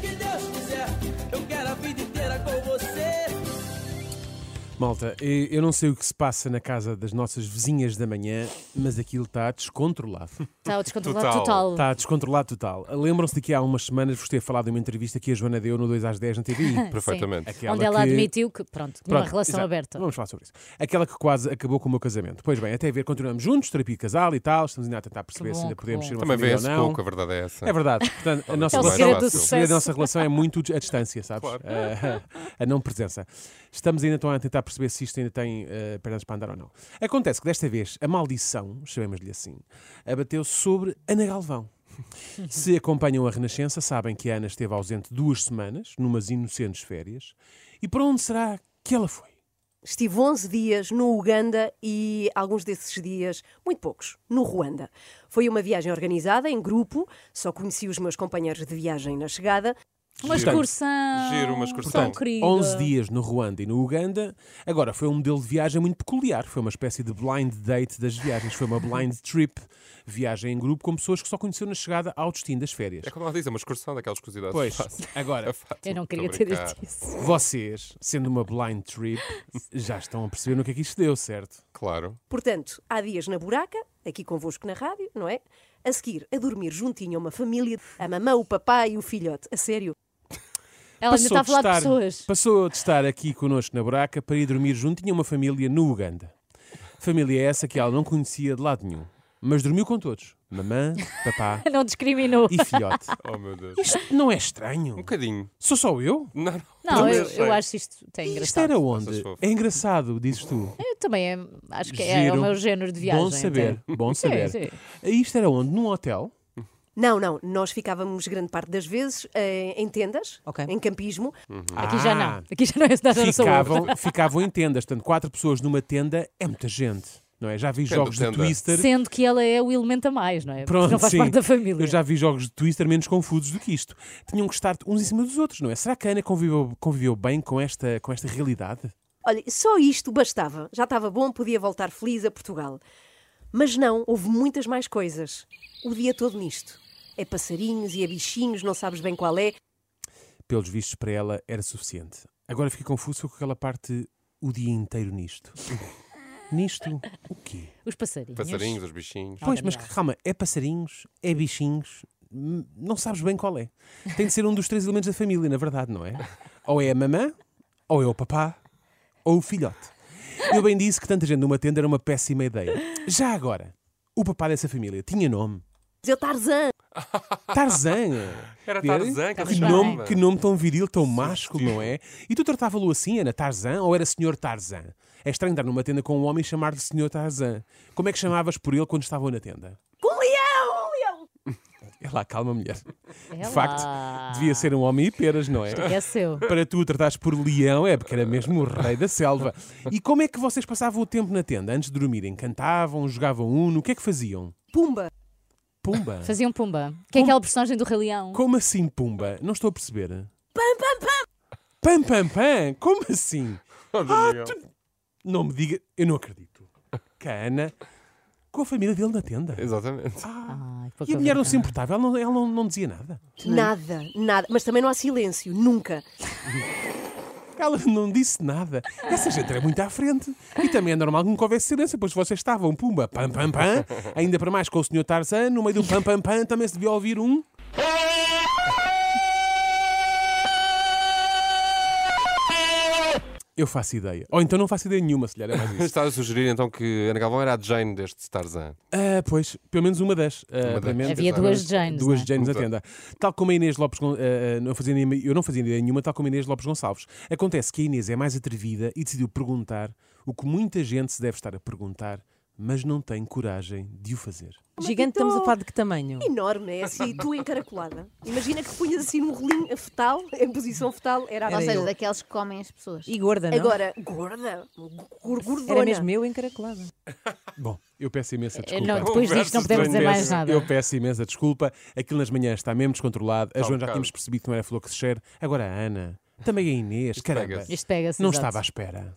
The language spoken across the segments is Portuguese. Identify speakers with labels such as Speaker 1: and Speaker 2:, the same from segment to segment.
Speaker 1: que Deus quiser, eu quero a vida inteira com você.
Speaker 2: Malta, eu eu não sei o que se passa na casa das nossas vizinhas da manhã, mas aquilo está descontrolado.
Speaker 3: Está o descontrolado
Speaker 4: Total.
Speaker 3: total.
Speaker 2: Está descontrolado total. Lembram-se de que há umas semanas vos ter falado de uma entrevista que a Joana deu no 2 às 10 na TV.
Speaker 4: Perfeitamente.
Speaker 2: Aquela
Speaker 3: Onde ela
Speaker 2: que-
Speaker 3: admitiu que, pronto, tinha uma
Speaker 2: Pronto,
Speaker 3: relação
Speaker 2: exato.
Speaker 3: aberta.
Speaker 2: Vamos falar sobre isso. Aquela que quase acabou com o meu casamento. Pois bem, até ver, continuamos juntos, terapia de casal e tal, estamos ainda a tentar perceber
Speaker 3: Que
Speaker 2: se
Speaker 3: bom,
Speaker 2: ainda
Speaker 3: que
Speaker 2: podemos
Speaker 3: bom.
Speaker 2: ser uma
Speaker 4: Também
Speaker 2: família
Speaker 4: vê-se
Speaker 2: ou não.
Speaker 4: pouco, a verdade é essa.
Speaker 2: É verdade. Portanto, a nossa
Speaker 3: É o
Speaker 2: relação,
Speaker 3: segredo do
Speaker 2: o segredo da
Speaker 3: sucesso.
Speaker 2: nossa relação é muito a distância, sabes?
Speaker 4: Claro.
Speaker 2: Eh, a não presença. Estamos ainda então a tentar perceber se isto ainda tem eh, pernas para andar ou não. Acontece que desta vez a maldição, chamemos-lhe assim, abateu sobre Ana Galvão. Se acompanham a Renascença, sabem que a Ana esteve ausente duas semanas, numas inocentes férias. E para onde será que ela foi?
Speaker 5: Estive 11 dias no Uganda e alguns desses dias, muito poucos, no Ruanda. Foi uma viagem organizada em grupo, só conheci os meus companheiros de viagem na chegada.
Speaker 3: Uma
Speaker 4: Giro.
Speaker 3: excursão. um
Speaker 4: Giro, uma excursão.
Speaker 3: Tão querida.
Speaker 2: 11 dias no Ruanda e no Uganda. Agora, foi um modelo de viagem muito peculiar. Foi uma espécie de blind date das viagens. Foi uma blind trip. Viagem em grupo com pessoas que só conheceu na chegada ao destino das férias.
Speaker 4: É como É ela diz, é uma excursão daquelas curiosidades.
Speaker 2: Pois,
Speaker 4: Fácil.
Speaker 2: agora,
Speaker 3: Eu não queria
Speaker 4: Estou a
Speaker 3: ter
Speaker 4: brincar.
Speaker 3: dito isso.
Speaker 2: vocês, sendo uma blind trip, já estão a perceber no que é que isto deu, certo?
Speaker 4: Claro.
Speaker 5: Portanto, há dias na buraca, aqui convosco na rádio, não é? A seguir, a dormir juntinho a uma família, a mamã, o papai e o filhote. A sério,
Speaker 3: Ela ainda está a
Speaker 2: de
Speaker 3: falar de,
Speaker 2: estar-
Speaker 3: pessoas.
Speaker 2: Passou de estar aqui connosco na buraca para ir dormir junto. Tinha uma família no Uganda. Família essa que ela não conhecia de lado nenhum. Mas dormiu com todos. Mamã, papá
Speaker 3: Não discriminou.
Speaker 2: e filhote.
Speaker 4: Oh meu Deus.
Speaker 2: Isto não é estranho?
Speaker 4: Um bocadinho.
Speaker 2: Sou só eu?
Speaker 4: Não, não.
Speaker 3: Não, eu,
Speaker 4: sei.
Speaker 3: eu acho isto até
Speaker 2: Isto
Speaker 3: engraçado.
Speaker 2: era onde?
Speaker 4: Vocês fofos.
Speaker 2: É engraçado, dizes tu.
Speaker 3: Eu também é- acho que é,
Speaker 2: Giro.
Speaker 3: o meu género de viagem.
Speaker 2: bom saber,
Speaker 3: até.
Speaker 2: bom
Speaker 3: Sim,
Speaker 2: saber.
Speaker 3: sim.
Speaker 2: Isto era onde? Num hotel?
Speaker 5: não, não, nós ficávamos grande parte das vezes eh, em tendas,
Speaker 3: Ok.
Speaker 5: em campismo.
Speaker 3: Aqui já não.
Speaker 2: Ah,
Speaker 3: Aqui já não é cidade da nossa
Speaker 2: Ficavam, ficavam em tendas, portanto, quatro pessoas numa tenda é muita gente, não é? Já vi jogos de
Speaker 4: tenda.
Speaker 2: Twister.
Speaker 3: Sendo que ela é o elemento a mais, não é? Porque
Speaker 2: Pronto,
Speaker 3: não faz
Speaker 2: sim.
Speaker 3: parte da família.
Speaker 2: Eu já vi jogos de Twister menos confusos do que isto. Tinham que estar uns em cima dos outros, não é? Será que a Ana conviveu, conviveu bem com esta, com esta realidade?
Speaker 5: Olha, só isto bastava. Já estava bom, podia voltar feliz a Portugal. Mas não, houve muitas mais coisas. O dia todo nisto. É passarinhos e é bichinhos, não sabes bem qual é.
Speaker 2: Pelos vistos, para ela era suficiente. Agora fiquei confuso com aquela parte o dia inteiro nisto. nisto, o quê?
Speaker 3: Os passarinhos.
Speaker 4: Passarinhos, os bichinhos.
Speaker 2: Pois, mas
Speaker 3: Daniel.
Speaker 2: calma, é passarinhos, é bichinhos, hum, não sabes bem qual é. Tem de ser um dos três elementos da família, na verdade, não é? Ou é a mamã, ou é o papá, ou o filhote. Eu bem disse que tanta gente numa tenda era uma péssima ideia. Já agora, o papá dessa família tinha nome.
Speaker 5: Eu é Tarzan.
Speaker 2: Tarzan!
Speaker 4: Era
Speaker 2: Vê?
Speaker 4: Tarzan, que
Speaker 2: Que
Speaker 3: Tarzan.
Speaker 2: nome, que nome tão viril, tão másculo, não é? E tu tratava-lo assim, Ana, Tarzan, ou era Senhor Tarzan? É estranho estar numa tenda com um homem e chamar-lhe Senhor Tarzan. Como é que chamavas por ele quando estavam na tenda?
Speaker 5: Com um leão! leão!
Speaker 2: É lá, calma, mulher.
Speaker 3: É
Speaker 2: De facto,
Speaker 3: lá.
Speaker 2: devia ser um homem e peras, não é?
Speaker 3: É seu.
Speaker 2: Para tu o tratares por leão, é porque era mesmo o rei da selva. E como é que vocês passavam o tempo na tenda? Antes de dormirem, cantavam, jogavam uno, o que é que faziam?
Speaker 5: Pumba!
Speaker 2: Pumba.
Speaker 3: Faziam Pumba. Que é aquela personagem do Rei Leão.
Speaker 2: Como assim, Pumba? Não estou a perceber.
Speaker 5: Pam, pam, pam!
Speaker 2: Pam, pam, pam! Como assim?
Speaker 4: Oh, Daniel.
Speaker 2: Não me diga, eu não acredito. Que a Ana, com a família dele na tenda.
Speaker 4: Exatamente.
Speaker 2: Ah,
Speaker 3: Ai, que
Speaker 2: E
Speaker 3: pouca
Speaker 2: a mulher não
Speaker 3: vergonha.
Speaker 2: se importava, ela não, ela não- não dizia nada.
Speaker 5: Nada, nada. Mas também não há silêncio, nunca.
Speaker 2: Ela não disse nada. Essa gente era muito à frente. E também é normal que nunca houvesse silêncio, pois vocês estavam, pumba, pam, pam, pam. Ainda para mais com o senhor Tarzan, no meio do pam, pam, pam, também se devia ouvir um. Eu faço ideia. Ou então não faço ideia nenhuma, se lhe era mais isso.
Speaker 4: Estás a sugerir então que Ana Galvão era a Jane deste Tarzan.
Speaker 2: Ah, pois, pelo menos uma das. Ah,
Speaker 4: das.
Speaker 2: pelo menos-
Speaker 3: Havia duas Janes,
Speaker 2: Duas
Speaker 3: não é?
Speaker 2: Janes na
Speaker 4: Exato.
Speaker 2: tenda. Tal como a Inês Lopes. Gon- ah, ah, não fazia, nenhuma- eu não fazia ideia nenhuma, tal como a Inês Lopes Gonçalves. Acontece que a Inês é mais atrevida e decidiu perguntar o que muita gente se deve estar a perguntar, mas não tem coragem de o fazer.
Speaker 6: Gigante, estamos a falar de que tamanho?
Speaker 5: Enorme, é assim, tu encaracolada. Imagina que te punhas assim num rolinho fetal, em posição fetal, era
Speaker 7: Ou
Speaker 5: assim.
Speaker 6: Era
Speaker 7: seja,
Speaker 6: eu.
Speaker 7: daqueles que comem as pessoas.
Speaker 6: E gorda, não?
Speaker 5: Agora, gorda, gor- gordona.
Speaker 6: Era mesmo eu encaracolada.
Speaker 2: Bom, eu peço imensa
Speaker 3: Eh,
Speaker 2: desculpa.
Speaker 3: Não, depois disto não
Speaker 4: Conversas
Speaker 3: podemos dizer
Speaker 2: Eu
Speaker 3: mais
Speaker 2: peço-
Speaker 3: nada.
Speaker 2: Eu peço imensa desculpa. Aquilo nas manhãs está mesmo descontrolado. A
Speaker 4: Está um
Speaker 2: Joana já
Speaker 4: bocado.
Speaker 2: tínhamos percebido que não era flor que se cheira. Agora a Ana. Também a Inês. Caramba.
Speaker 4: pega-se.
Speaker 3: Isto pega-se.
Speaker 2: Não
Speaker 3: exato.
Speaker 2: estava à espera.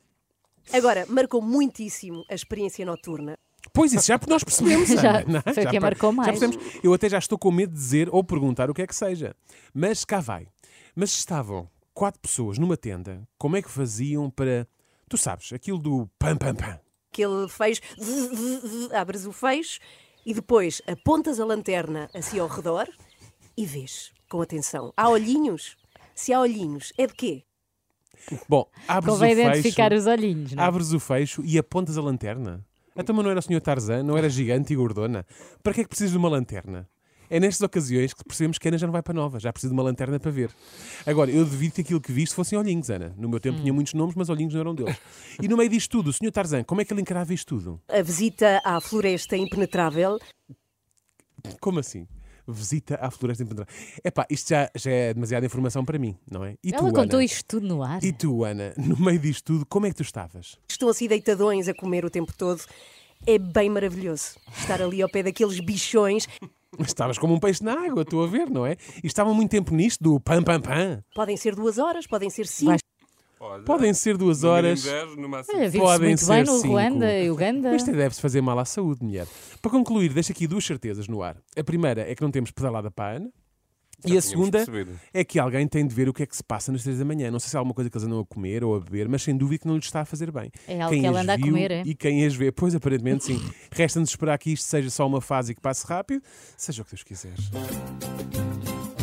Speaker 5: Agora, marcou muitíssimo a experiência noturna.
Speaker 2: Pois isso, já nós percebemos.
Speaker 3: Já,
Speaker 2: Ana, não é?
Speaker 3: foi quem
Speaker 2: per-
Speaker 3: marcou mais.
Speaker 2: Já percebemos. Eu até já estou com medo de dizer ou perguntar o que é que seja. Mas cá vai. Mas estavam quatro pessoas numa tenda, como é que faziam para. Tu sabes, aquilo do pam pam pam.
Speaker 5: Aquele fecho, zzz, zzz, zzz, abres o fecho e depois apontas a lanterna assim ao redor e vês, com atenção. Há olhinhos? Se há olhinhos, é de quê?
Speaker 2: Bom, abres
Speaker 3: Convém
Speaker 2: o fecho.
Speaker 3: identificar os olhinhos, não é?
Speaker 2: Abres o fecho e apontas a lanterna. Até mas não era o senhor Tarzan, não era gigante e gordona. Para que é que precisas de uma lanterna? É nestas ocasiões que percebemos que a Ana já não vai para nova, já precisa de uma lanterna para ver. Agora, eu devido que aquilo que viste fossem olhinhos, Ana. No meu
Speaker 3: Hum.
Speaker 2: tempo tinha muitos nomes, mas olhinhos não eram deles. E no meio disto tudo, o senhor Tarzan, como é que ele encarava isto tudo?
Speaker 5: A visita à floresta impenetrável
Speaker 2: Como assim? Visita à floresta impenetrável. Epá, isto já, já é demasiada informação para mim, não é? E
Speaker 3: Ela
Speaker 2: tu,
Speaker 3: contou
Speaker 2: Ana?
Speaker 3: isto tudo no ar.
Speaker 2: E tu, Ana, no meio disto tudo, como é que tu estavas?
Speaker 5: estão assim deitadões a comer o tempo todo. É bem maravilhoso estar ali ao pé daqueles bichões.
Speaker 2: Estavas como um peixe na água, estou a ver, não é? E estavam muito tempo nisto do pam pam pam.
Speaker 5: Podem ser duas horas, podem ser cinco.
Speaker 3: Vais-
Speaker 2: Podem ser duas horas.
Speaker 3: Olha, vive-se
Speaker 2: Podem
Speaker 3: muito
Speaker 2: ser
Speaker 3: bem no
Speaker 2: cinco.
Speaker 3: Ruanda e Uganda.
Speaker 2: Isto deve-se fazer mal à saúde, mulher. Para concluir, deixo aqui duas certezas no ar. A primeira é que não temos pedalada para a Ana. E a
Speaker 4: tínhamos
Speaker 2: segunda
Speaker 4: percebido.
Speaker 2: é que alguém tem de ver o que é que se passa nas três da manhã. Não sei se há alguma coisa que eles andam a comer ou a beber, mas sem dúvida que não lhes está a fazer bem.
Speaker 3: É algo que
Speaker 2: as
Speaker 3: ela anda a
Speaker 2: viu
Speaker 3: comer, é?
Speaker 2: E quem as vê, pois aparentemente sim. Resta-nos esperar que isto seja só uma fase e que passe rápido, seja o que Deus quiseres.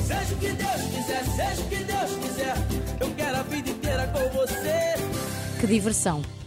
Speaker 1: Seja o que Deus quiser, seja o que Deus quiser, eu quero a vida inteira com você.
Speaker 3: Que diversão.